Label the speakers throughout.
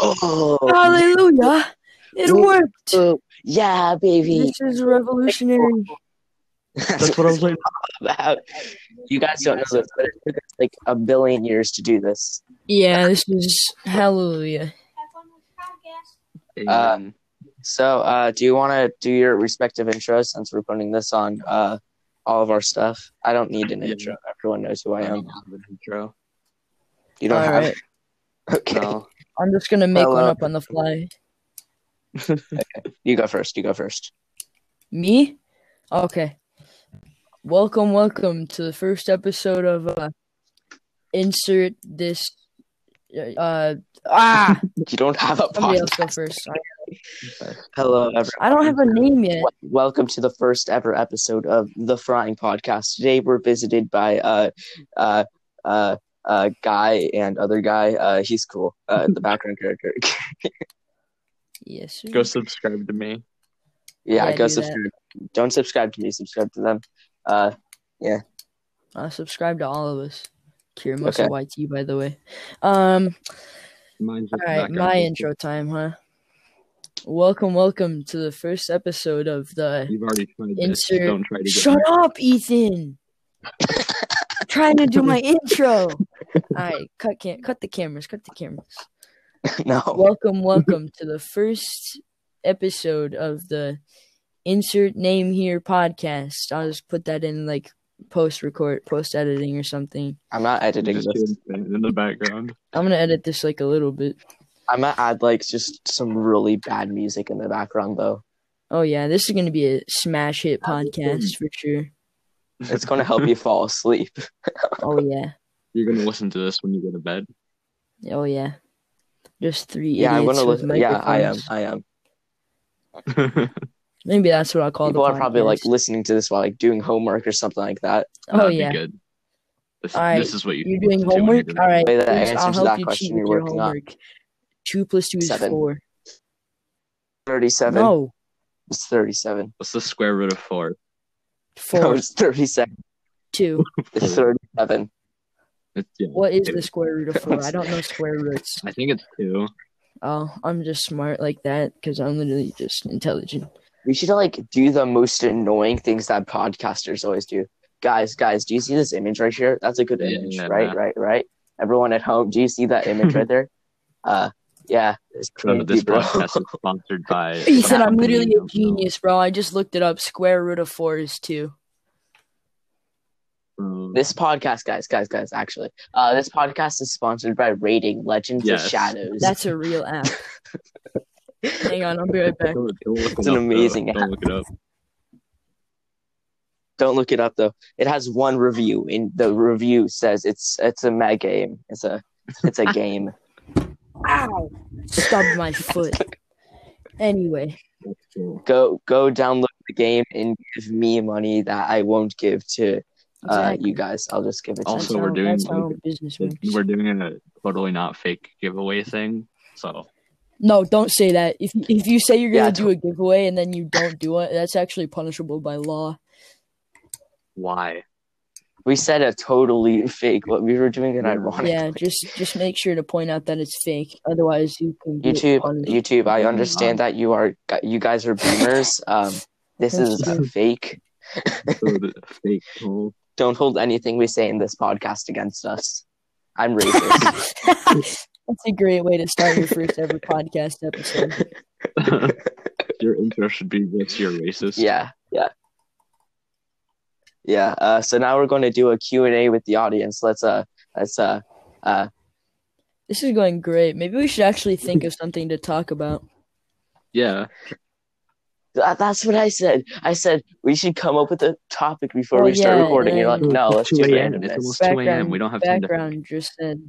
Speaker 1: Oh,
Speaker 2: Hallelujah. It
Speaker 1: Yo-
Speaker 2: worked.
Speaker 1: uh, yeah, baby.
Speaker 2: This is revolutionary.
Speaker 1: That's
Speaker 3: That's what I was like.
Speaker 1: about. You guys don't know this, but it took us like a billion years to do this.
Speaker 2: Yeah, this is hallelujah.
Speaker 1: Um, so, uh, do you want to do your respective intros since we're putting this on uh, all of our stuff? I don't need an
Speaker 3: Yeah.
Speaker 1: intro. Everyone knows who I
Speaker 3: I
Speaker 1: am.
Speaker 3: don't have an intro.
Speaker 1: You don't
Speaker 2: All
Speaker 1: have.
Speaker 2: right.
Speaker 1: Okay,
Speaker 3: No.
Speaker 2: I'm just gonna make one
Speaker 1: Hello.
Speaker 2: up on the fly.
Speaker 1: you go first. You go first.
Speaker 2: Me? Okay. Welcome, welcome to the first episode of uh insert this uh ah
Speaker 1: You don't have a
Speaker 2: somebody else
Speaker 1: podcast.
Speaker 2: go first. I-
Speaker 1: Hello, everyone.
Speaker 2: I don't have a name yet.
Speaker 1: Wel- Welcome to the first ever episode of the Frying Podcast. Today we're visited by uh, uh, uh, uh, guy and other guy. Uh, he's cool. Uh, the background character.
Speaker 2: Yes. sir.
Speaker 3: Go subscribe to me.
Speaker 1: yeah,
Speaker 2: Yeah, do
Speaker 1: go
Speaker 2: that.
Speaker 1: subscribe. Don't subscribe to me. Subscribe to them. Uh,
Speaker 2: Uh, subscribe to all of us. Kirimosa
Speaker 1: Okay.
Speaker 2: YT, by the way. Um,
Speaker 3: Mine's
Speaker 2: all right, my intro time, huh? Welcome, welcome to the first episode of the.
Speaker 3: You've already tried this.
Speaker 2: Insert-
Speaker 3: Don't try to get
Speaker 2: Shut up, Ethan. I'm trying to do my intro. All right, cut can cut the cameras, cut the cameras.
Speaker 1: no.
Speaker 2: Welcome, welcome to the first episode of the Insert Name Here podcast. I'll just put that in like post record, post editing or something.
Speaker 1: I'm not
Speaker 3: me.
Speaker 1: editing
Speaker 3: Just
Speaker 1: this.
Speaker 3: hear it in the background.
Speaker 2: I'm gonna edit this like a little bit.
Speaker 1: I'm gonna add like just some really bad music in the background though.
Speaker 2: Oh yeah, this is gonna be a smash hit podcast for sure.
Speaker 1: It's gonna help you fall asleep.
Speaker 2: Oh yeah,
Speaker 3: You're gonna listen to this when you go to bed.
Speaker 2: oh yeah. Just three
Speaker 1: Yeah, I'm
Speaker 2: idiots
Speaker 1: gonna
Speaker 2: with
Speaker 1: listen. Yeah, I um, am.
Speaker 2: microphones.
Speaker 1: I am.
Speaker 2: Maybe that's what I'll call
Speaker 1: People
Speaker 2: the podcast.
Speaker 1: are probably like listening to this while like doing homework or something like that.
Speaker 2: oh
Speaker 3: That'd be
Speaker 2: yeah,
Speaker 3: good. This,
Speaker 2: All right,
Speaker 3: this is what you
Speaker 2: you're doing
Speaker 3: listen to when
Speaker 2: homework.
Speaker 3: you're doing
Speaker 2: All right,
Speaker 1: Wait, that
Speaker 2: Bruce, I'll
Speaker 1: answers
Speaker 2: help
Speaker 1: that
Speaker 2: you
Speaker 1: question
Speaker 2: cheat
Speaker 1: you're
Speaker 2: with your
Speaker 1: working on.
Speaker 2: homework. Two plus two is
Speaker 1: Seven.
Speaker 2: four.
Speaker 1: Thirty-seven.
Speaker 2: No,
Speaker 1: It's thirty-seven.
Speaker 3: What's the square root of four?
Speaker 1: No,
Speaker 2: four
Speaker 1: it's thirty-seven.
Speaker 2: two.
Speaker 1: It's thirty-seven.
Speaker 3: It's, yeah,
Speaker 2: What is
Speaker 3: two.
Speaker 2: the square root of four? I don't know square roots.
Speaker 3: I think it's two.
Speaker 2: Oh, I'm just smart like that because I'm literally just intelligent.
Speaker 1: We should like do the most annoying things that podcasters always do. Guys, guys, do you see this image right here? That's a good
Speaker 3: Yeah,
Speaker 1: image,
Speaker 3: yeah,
Speaker 1: right?
Speaker 3: yeah.
Speaker 1: Right, right. Everyone at home, do you see that image right there? Uh, yeah. It's
Speaker 3: So
Speaker 1: crazy,
Speaker 3: this
Speaker 1: bro.
Speaker 3: podcast is sponsored by.
Speaker 2: He
Speaker 3: some
Speaker 2: said, "I'm
Speaker 3: company
Speaker 2: literally
Speaker 3: you
Speaker 2: a
Speaker 3: don't
Speaker 2: genius, bro. I just looked it up. Square root of four is two.
Speaker 3: know.
Speaker 1: This podcast, guys, guys, guys, actually, uh, this podcast is sponsored by Rating Legends
Speaker 3: Yes.
Speaker 1: of Shadows.
Speaker 2: That's a real app. Hang on, I'll be right back.
Speaker 3: Don't- don't look it
Speaker 1: It's an
Speaker 3: up, though.
Speaker 1: amazing
Speaker 3: Don't look it up.
Speaker 1: Don't look it up though. It has one review, and the review says it's it's a mad game. It's a it's a game.
Speaker 2: Ow! Stubbed my foot. Anyway,
Speaker 3: That's cool.
Speaker 1: Go go download the game and give me money that I won't give to uh,
Speaker 2: exactly.
Speaker 1: you guys. I'll just give it to
Speaker 3: Also,
Speaker 2: that's
Speaker 3: we're
Speaker 2: how,
Speaker 3: doing
Speaker 2: that's how
Speaker 3: like-
Speaker 2: business
Speaker 3: This-
Speaker 2: works.
Speaker 3: We're doing a totally not fake giveaway thing. So
Speaker 2: No, don't say that. If if you say you're
Speaker 1: Yeah,
Speaker 2: gonna do a giveaway and then you don't do it, that's actually punishable by law.
Speaker 3: why?
Speaker 1: We said a totally fake. What we were doing an ironic.
Speaker 2: Yeah, just just make sure to point out that it's fake. Otherwise, you can get
Speaker 1: YouTube,
Speaker 2: punished.
Speaker 1: YouTube. I understand that you are you guys are boomers. Um, this is a fake.
Speaker 3: So the fake poll.
Speaker 1: Don't hold anything we say in this podcast against us. I'm racist.
Speaker 2: That's a great way to start your first ever podcast episode.
Speaker 3: your intro should be this. You're racist.
Speaker 1: Yeah, yeah, yeah. Uh, so now we're going to do a Q and A with the audience. Let's uh, let's uh, uh,
Speaker 2: This is going great. Maybe we should actually think of something to talk about.
Speaker 3: Yeah.
Speaker 1: that, uh, that's what I said. I said we should come up with a topic before
Speaker 2: Oh,
Speaker 1: we start
Speaker 2: yeah,
Speaker 1: recording. You're like,
Speaker 2: and-
Speaker 1: no, let's do
Speaker 3: 2 a.m. It's
Speaker 1: randomness.
Speaker 3: almost 2 a.m. We don't have time to.
Speaker 2: Background just said.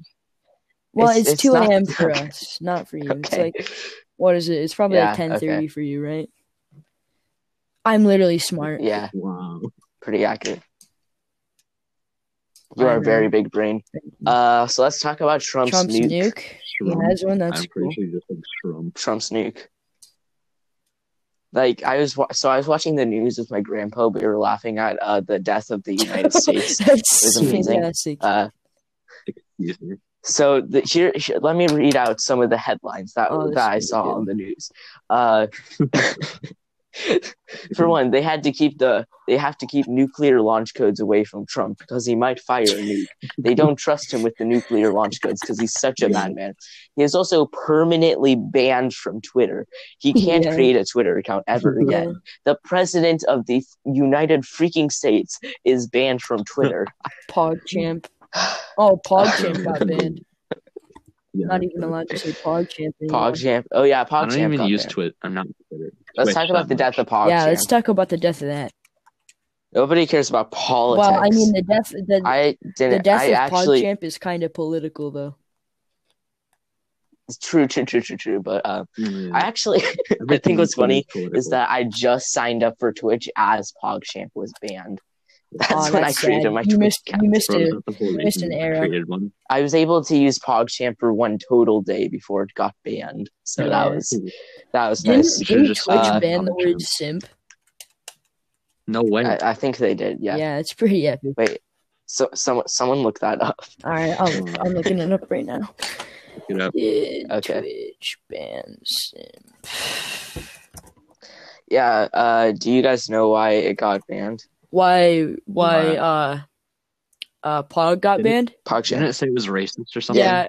Speaker 2: Well,
Speaker 1: It's-
Speaker 2: it's,
Speaker 1: it's
Speaker 2: two
Speaker 1: not-
Speaker 2: a.m. for us, not for you. It's
Speaker 1: Okay.
Speaker 2: like what is it? It's probably like
Speaker 1: Yeah,
Speaker 2: ten
Speaker 1: okay.
Speaker 2: thirty for you, right? I'm literally smart.
Speaker 1: Yeah,
Speaker 3: Wow.
Speaker 1: pretty accurate. You
Speaker 2: I
Speaker 1: are
Speaker 2: know.
Speaker 1: very big brain. Uh, so let's talk about Trump's,
Speaker 2: Trump's
Speaker 1: nuke.
Speaker 2: nuke. He
Speaker 3: Trump.
Speaker 2: has one.
Speaker 3: I'm
Speaker 2: That's
Speaker 3: pretty
Speaker 2: cool.
Speaker 3: sure you just said Trump.
Speaker 1: Trump's nuke. Like I was, wa- so I was watching the news with my grandpa. We were laughing at uh, the death of the United States.
Speaker 2: That's
Speaker 1: amazing.
Speaker 2: fantastic.
Speaker 1: Uh,
Speaker 3: Excuse me.
Speaker 1: So the, here, here, let me read out some of the headlines that,
Speaker 2: Oh, this
Speaker 1: that
Speaker 2: is
Speaker 1: I saw
Speaker 2: really good.
Speaker 1: on the news. Uh, for one, they had to keep the they have to keep nuclear launch codes away from Trump because he might fire a nuke. They don't trust him with the nuclear launch codes because he's such a madman. He is also permanently banned from Twitter. He can't
Speaker 2: Yeah.
Speaker 1: create a Twitter account ever
Speaker 2: Yeah.
Speaker 1: again. The president of the United freaking states is banned from Twitter.
Speaker 2: PogChamp. Oh, PogChamp got banned.
Speaker 3: Yeah.
Speaker 2: Not even allowed to say PogChamp anymore.
Speaker 1: PogChamp. Oh yeah, PogChamp.
Speaker 3: I don't even
Speaker 1: got
Speaker 3: use
Speaker 1: banned.
Speaker 3: Twitter. I'm not on Twitter.
Speaker 1: Let's
Speaker 3: Twitch
Speaker 1: talk about
Speaker 3: that
Speaker 1: the death of PogChamp.
Speaker 2: Yeah, let's talk about the death of that.
Speaker 1: Nobody cares about politics.
Speaker 2: Well, I mean the death the,
Speaker 1: I
Speaker 2: the
Speaker 1: didn't.
Speaker 2: death
Speaker 1: I
Speaker 2: of
Speaker 1: actually
Speaker 2: PogChamp is kind of political though.
Speaker 1: true, true, true, true, true. But um,
Speaker 3: Mm,
Speaker 1: I actually I
Speaker 3: everything
Speaker 1: think what's
Speaker 3: is really
Speaker 1: funny is
Speaker 3: political.
Speaker 1: that I just signed up for Twitch as PogChamp was banned. That's
Speaker 3: Oh,
Speaker 2: Aw,
Speaker 1: when
Speaker 2: that's
Speaker 1: I created
Speaker 2: sad.
Speaker 1: my
Speaker 2: you
Speaker 1: Twitch
Speaker 2: missed,
Speaker 1: account.
Speaker 2: you missed
Speaker 3: Bro,
Speaker 2: it.
Speaker 3: that's the whole
Speaker 2: you missed
Speaker 3: reason
Speaker 2: an
Speaker 3: I
Speaker 2: era.
Speaker 3: created one.
Speaker 1: I was able to use PogChamp for one total day before it got banned. So
Speaker 2: Yeah.
Speaker 1: that was that was
Speaker 2: Didn't,
Speaker 1: nice.
Speaker 3: should've
Speaker 2: didn't
Speaker 3: just
Speaker 2: Twitch
Speaker 1: stopped
Speaker 2: ban the
Speaker 3: PogChamp.
Speaker 2: word simp?
Speaker 3: No way.
Speaker 1: I, I think they did.
Speaker 2: Yeah.
Speaker 1: Yeah.
Speaker 2: it's pretty epic.
Speaker 1: Wait. So someone someone look that up.
Speaker 2: All right, I'll, I'm looking it up right now.
Speaker 3: Look it up.
Speaker 2: Did
Speaker 1: Okay.
Speaker 2: Twitch ban simp?
Speaker 1: Yeah. Uh, do you guys know why it got banned?
Speaker 2: Why? Why?
Speaker 3: Why?
Speaker 2: Uh, uh, Pog got
Speaker 3: Didn't-
Speaker 2: banned.
Speaker 1: PogChamp.
Speaker 3: Didn't it say it was racist or something?
Speaker 2: Yeah.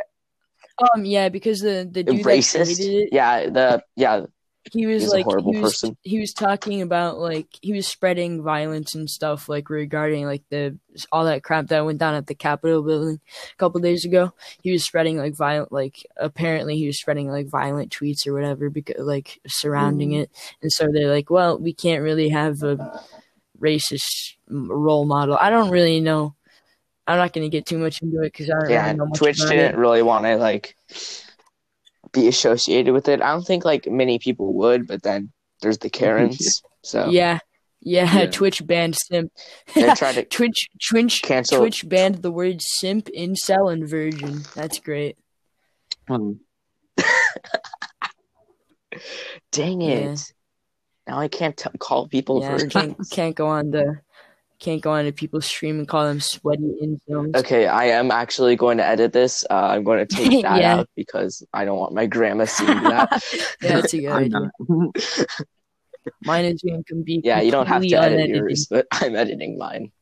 Speaker 2: Um. Yeah, because the the dude that
Speaker 1: racist.
Speaker 2: created it,
Speaker 1: Yeah, the yeah,
Speaker 2: he was
Speaker 1: He's a
Speaker 2: like
Speaker 1: horrible
Speaker 2: he was,
Speaker 1: person.
Speaker 2: He was talking about like he was spreading violence and stuff like regarding like the all that crap that went down at the Capitol building a couple days ago. He was spreading like violent like apparently he was spreading like violent tweets or whatever because like surrounding
Speaker 1: Mm.
Speaker 2: it, and so they're like, well, we can't really have a racist m- role model. I don't really know. I'm not gonna get too much into it because I don't
Speaker 1: yeah.
Speaker 2: really know much
Speaker 1: Twitch
Speaker 2: about
Speaker 1: didn't
Speaker 2: it.
Speaker 1: really want to like be associated with it. I don't think like many people would, but then there's the Karens, so
Speaker 2: Yeah, yeah,
Speaker 3: Yeah.
Speaker 2: Twitch banned simp.
Speaker 1: they try to
Speaker 2: Twitch, Twitch,
Speaker 1: cancel.
Speaker 2: Twitch banned the word simp, incel, and virgin. That's great.
Speaker 3: Well,
Speaker 1: Dang it!
Speaker 2: Yeah.
Speaker 1: Now I can't t- call people
Speaker 2: Yeah,
Speaker 1: virgins.
Speaker 2: can't can't go on the can't go on to people's stream and call them sweaty incels.
Speaker 1: Okay, I am actually going to edit this. Uh, I'm going to take that
Speaker 2: Yeah.
Speaker 1: out because I don't want my grandma seeing that.
Speaker 2: Yeah, that's a good
Speaker 3: I'm
Speaker 2: idea.
Speaker 3: not.
Speaker 2: Mine is going to be
Speaker 1: yeah, you don't have to
Speaker 2: completely
Speaker 1: edit
Speaker 2: unedited.
Speaker 1: yours, but I'm editing mine.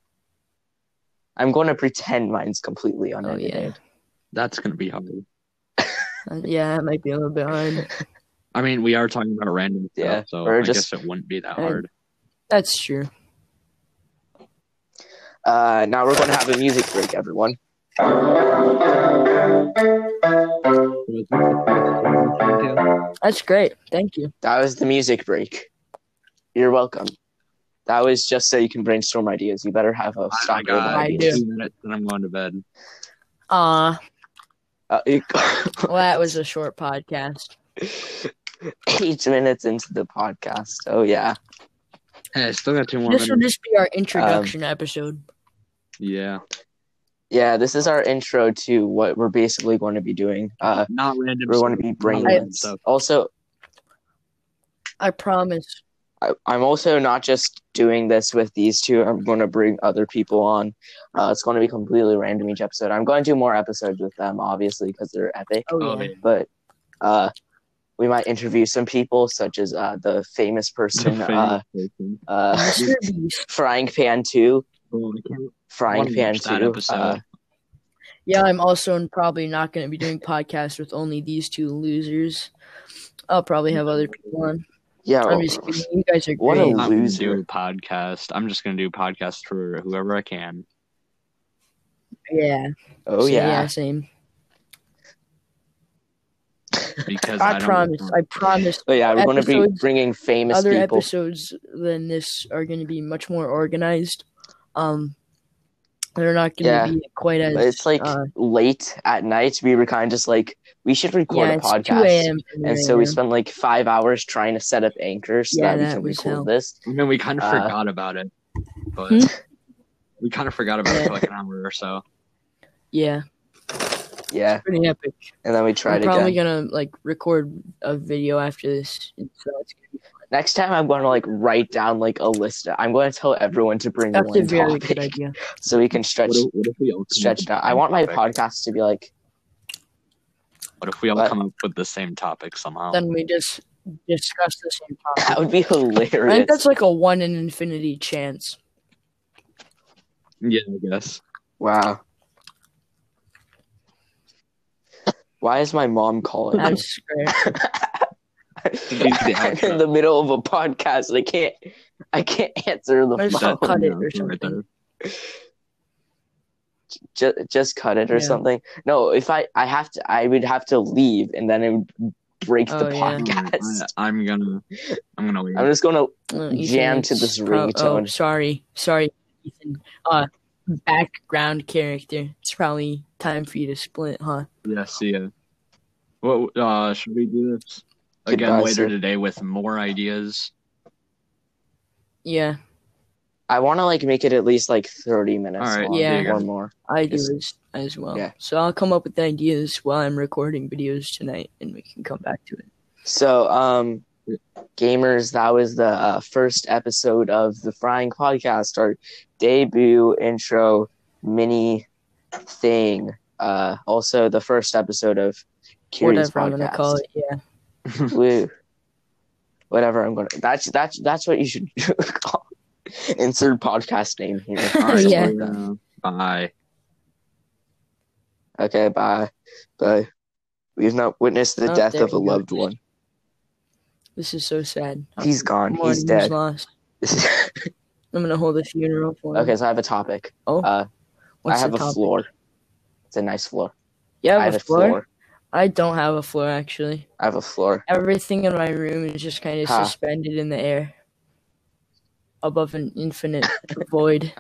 Speaker 1: I'm going to pretend mine's completely
Speaker 2: Oh
Speaker 1: unedited.
Speaker 2: yeah,
Speaker 3: That's gonna be hard.
Speaker 2: Uh, yeah, that might be a little bit hard.
Speaker 3: I mean, we are talking about random
Speaker 1: Yeah,
Speaker 3: stuff, so
Speaker 1: we're
Speaker 3: I
Speaker 1: just-
Speaker 3: guess it wouldn't be that
Speaker 2: Uh,
Speaker 3: hard.
Speaker 2: That's true.
Speaker 1: Uh, now we're going to have a music break, everyone.
Speaker 2: That's great. Thank you.
Speaker 1: That was the music break. You're welcome. That was just so you can brainstorm ideas. You better have a
Speaker 3: I
Speaker 1: stock of
Speaker 3: got
Speaker 2: I
Speaker 1: ideas.
Speaker 2: do.
Speaker 3: two minutes and I'm going to bed.
Speaker 2: Ah,
Speaker 1: Uh, you-
Speaker 2: well, that was a short podcast.
Speaker 1: eight minutes into the podcast. Oh yeah,
Speaker 3: Hey, I still got two more
Speaker 2: This will
Speaker 3: minutes.
Speaker 2: just be our introduction
Speaker 1: Um,
Speaker 2: episode.
Speaker 3: Yeah.
Speaker 1: yeah. This is our intro to what we're basically going to be doing. Uh,
Speaker 3: Not random
Speaker 1: we're going to
Speaker 3: stuff,
Speaker 1: be
Speaker 3: not
Speaker 1: brain
Speaker 3: random
Speaker 1: stuff. Also,
Speaker 2: I promise.
Speaker 1: I, I'm also not just doing this with these two. I'm going to bring other people on. Uh, it's going to be completely random each episode. I'm going to do more episodes with them, obviously, because they're epic.
Speaker 2: Oh yeah.
Speaker 3: Oh, yeah.
Speaker 1: but uh, we might interview some people, such as uh, the famous person, uh,
Speaker 3: Fan-
Speaker 1: uh,
Speaker 2: Mr. Beast.
Speaker 1: Frying Pan Two,
Speaker 3: Oh, I can't-
Speaker 1: Frying
Speaker 3: Wanna
Speaker 1: Pan
Speaker 3: watch that
Speaker 1: Two.
Speaker 3: episode.
Speaker 1: Uh,
Speaker 2: Yeah, I'm also probably not going to be doing podcasts with only these two losers. I'll probably have other people on.
Speaker 1: yeah,
Speaker 2: I'm just kidding. You guys are great.
Speaker 1: Oh. What a
Speaker 3: I'm gonna
Speaker 1: loser.
Speaker 3: do a podcast. I'm just gonna do podcasts for whoever I can.
Speaker 2: yeah.
Speaker 1: oh
Speaker 2: So,
Speaker 1: yeah.
Speaker 2: Same.
Speaker 3: Because I,
Speaker 2: I,
Speaker 3: don't-
Speaker 2: promise. I promise.
Speaker 1: But yeah, we're going to be
Speaker 2: Episodes-
Speaker 1: bringing famous
Speaker 2: Other
Speaker 1: people.
Speaker 2: episodes than this are going to be much more organized. Um, they're not going
Speaker 1: Yeah.
Speaker 2: to be quite as.
Speaker 1: But it's like
Speaker 2: uh,
Speaker 1: late at night. We were kind of just like we should record
Speaker 2: yeah,
Speaker 1: a
Speaker 2: it's 2
Speaker 1: podcast,
Speaker 2: a.m. for me
Speaker 1: and
Speaker 2: right
Speaker 1: so we
Speaker 2: now.
Speaker 1: spent like five hours trying to set up Anchor so
Speaker 2: Yeah,
Speaker 1: that we
Speaker 2: that
Speaker 1: can
Speaker 2: was
Speaker 1: record
Speaker 2: hell.
Speaker 1: this.
Speaker 3: I mean, we kind of
Speaker 1: Uh,
Speaker 3: forgot about it, but
Speaker 2: Hmm?
Speaker 3: we kind of forgot about it for like an hour or so.
Speaker 2: Yeah,
Speaker 1: Yeah,
Speaker 2: pretty epic.
Speaker 1: and then we tried
Speaker 2: I'm probably
Speaker 1: again.
Speaker 2: gonna like record a video after this, and so it's gonna be
Speaker 1: Next time, I'm going to like write down like a list. I'm going to tell everyone to bring
Speaker 2: that's a
Speaker 1: one
Speaker 2: very
Speaker 1: topic
Speaker 2: good idea.
Speaker 1: so we can stretch
Speaker 3: What if, what if we all come up
Speaker 1: stretched
Speaker 3: with
Speaker 1: out. I want my
Speaker 3: topic?
Speaker 1: podcast to be like
Speaker 3: What if we all
Speaker 1: But-
Speaker 3: come up with the same topic somehow?
Speaker 2: Then we just discuss the same
Speaker 1: That
Speaker 2: topic.
Speaker 1: would be
Speaker 2: I think that's
Speaker 1: hilarious.
Speaker 2: like a one in infinity chance.
Speaker 3: yeah, I guess.
Speaker 1: Wow. Why is my mom calling?
Speaker 2: I'm scared.
Speaker 3: Should be the
Speaker 1: I'm in
Speaker 3: outro.
Speaker 1: the middle of a podcast. and I can't. I can't answer the
Speaker 2: There's
Speaker 1: phone.
Speaker 3: That-
Speaker 2: cut it
Speaker 3: yeah,
Speaker 2: or
Speaker 3: right
Speaker 2: something.
Speaker 3: there.
Speaker 1: Ju- just cut it or
Speaker 2: Yeah.
Speaker 1: something. No, if I I have to, I would have to leave, and then it would break the
Speaker 2: Oh, yeah.
Speaker 1: podcast.
Speaker 3: I, am gonna, I'm gonna leave.
Speaker 1: I'm just gonna.
Speaker 2: Uh, Ethan,
Speaker 1: Jam to
Speaker 2: it's
Speaker 1: this
Speaker 2: pro- oh,
Speaker 1: ringtone.
Speaker 2: sorry, sorry, Ethan. Uh, background character. It's probably time for you to split, huh?
Speaker 3: yeah, see ya. What? Uh, should we do this again
Speaker 1: Goodbye,
Speaker 3: later
Speaker 1: sir.
Speaker 3: today with more ideas?
Speaker 2: Yeah,
Speaker 1: I want to like make it at least like 30 minutes
Speaker 3: All right,
Speaker 1: long
Speaker 2: yeah.
Speaker 1: or more.
Speaker 2: I do
Speaker 1: Yes.
Speaker 2: as, as well.
Speaker 1: Yeah.
Speaker 2: So I'll come up with ideas while I'm recording videos tonight, and we can come back to it.
Speaker 1: So, um, gamers, that was the uh, first episode of the Frying Podcast, our debut intro mini thing. Uh, also the first episode of Curious
Speaker 2: Whatever I'm gonna
Speaker 1: Podcast.
Speaker 2: call it. Yeah.
Speaker 1: Woo. Whatever I'm gonna. That's that's that's what you should call. Insert podcast name here.
Speaker 3: All right,
Speaker 2: Yeah.
Speaker 3: we're gonna- Bye.
Speaker 1: Okay, bye, bye. We've not witnessed the
Speaker 2: Oh,
Speaker 1: death
Speaker 2: there
Speaker 1: of a
Speaker 2: you go. Oh,
Speaker 1: loved one.
Speaker 2: This is so sad.
Speaker 1: He's gone. He's
Speaker 2: Martin's
Speaker 1: dead.
Speaker 2: lost. I'm gonna hold a funeral for him.
Speaker 1: okay, so I have a topic.
Speaker 2: Oh.
Speaker 1: uh,
Speaker 2: What's
Speaker 1: I have
Speaker 2: the
Speaker 1: a
Speaker 2: topic?
Speaker 1: floor. It's a nice floor.
Speaker 2: You have,
Speaker 1: I have
Speaker 2: a floor? I don't have a floor actually.
Speaker 1: I have a floor.
Speaker 2: Everything in my room is just kind of
Speaker 1: Huh.
Speaker 2: suspended in the air, above an infinite void.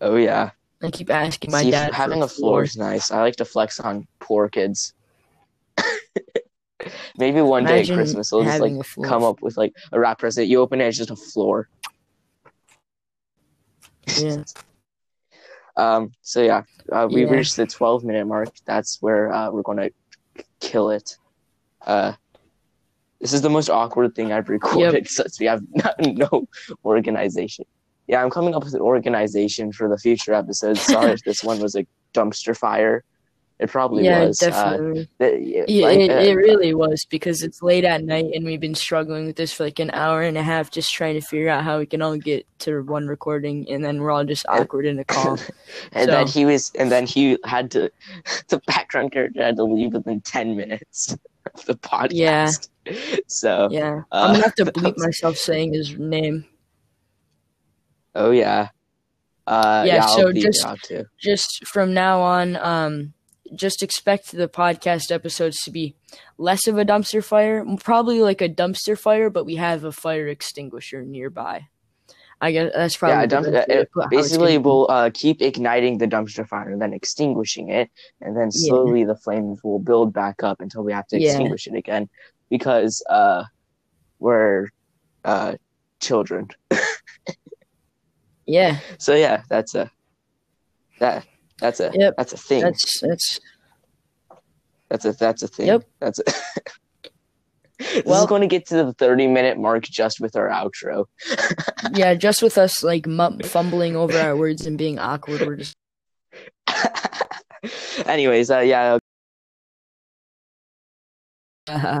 Speaker 1: Oh yeah.
Speaker 2: I keep asking my
Speaker 1: See,
Speaker 2: dad. for
Speaker 1: having a floor is nice. I like to flex on poor kids. Maybe one day
Speaker 2: Imagine
Speaker 1: at Christmas they'll just like
Speaker 2: having a floor.
Speaker 1: come up with like a wrap present. You open it, it's just a floor.
Speaker 2: Yeah.
Speaker 1: Um, so yeah, uh, we
Speaker 2: Yeah.
Speaker 1: reached the 12 minute mark. That's where uh, we're going to kill it. Uh, this is the most awkward thing I've recorded since we have no organization. Yeah, I'm coming up with an organization for the future episodes. Sorry if this one was a dumpster fire. It probably
Speaker 2: yeah,
Speaker 1: was. Uh,
Speaker 2: definitely.
Speaker 1: th-
Speaker 2: Yeah,
Speaker 1: like,
Speaker 2: it,
Speaker 1: uh,
Speaker 2: it really was because it's late at night and we've been struggling with this for like an hour and a half just trying to figure out how we can all get to one recording and then we're all just awkward in a call.
Speaker 1: uh, and then
Speaker 2: so-
Speaker 1: he was, and then he had to. The background character had to leave within 10 minutes of the
Speaker 2: Yeah.
Speaker 1: podcast. So
Speaker 2: Yeah.
Speaker 1: uh,
Speaker 2: I'm gonna have to bleep
Speaker 1: was-
Speaker 2: myself saying his name.
Speaker 1: Oh yeah. Uh,
Speaker 2: Yeah,
Speaker 1: yeah,
Speaker 2: so
Speaker 1: I'll be
Speaker 2: just-
Speaker 1: out too.
Speaker 2: Just from now on, um just expect the podcast episodes to be less of a dumpster fire, probably like a dumpster fire, but we have a fire extinguisher nearby. I guess that's probably
Speaker 1: Yeah,
Speaker 2: the
Speaker 1: dump,
Speaker 2: best way to
Speaker 1: it,
Speaker 2: put how it's gonna
Speaker 1: basically
Speaker 2: be.
Speaker 1: we'll uh, keep igniting the dumpster fire and then extinguishing it, and then
Speaker 2: Yeah.
Speaker 1: slowly the flames will build back up until we have to
Speaker 2: Yeah.
Speaker 1: extinguish it again because uh, we're uh, children.
Speaker 2: yeah.
Speaker 1: So yeah, that's a that that's a
Speaker 2: Yep.
Speaker 1: that's a thing. That's,
Speaker 2: That's that's
Speaker 1: a that's a thing.
Speaker 2: Yep.
Speaker 1: That's a. this
Speaker 2: Well-
Speaker 1: is going to get to the thirty-minute mark just with our outro.
Speaker 2: yeah, just with us like mum fumbling over our words and being awkward, we're just
Speaker 1: Anyways, uh, yeah,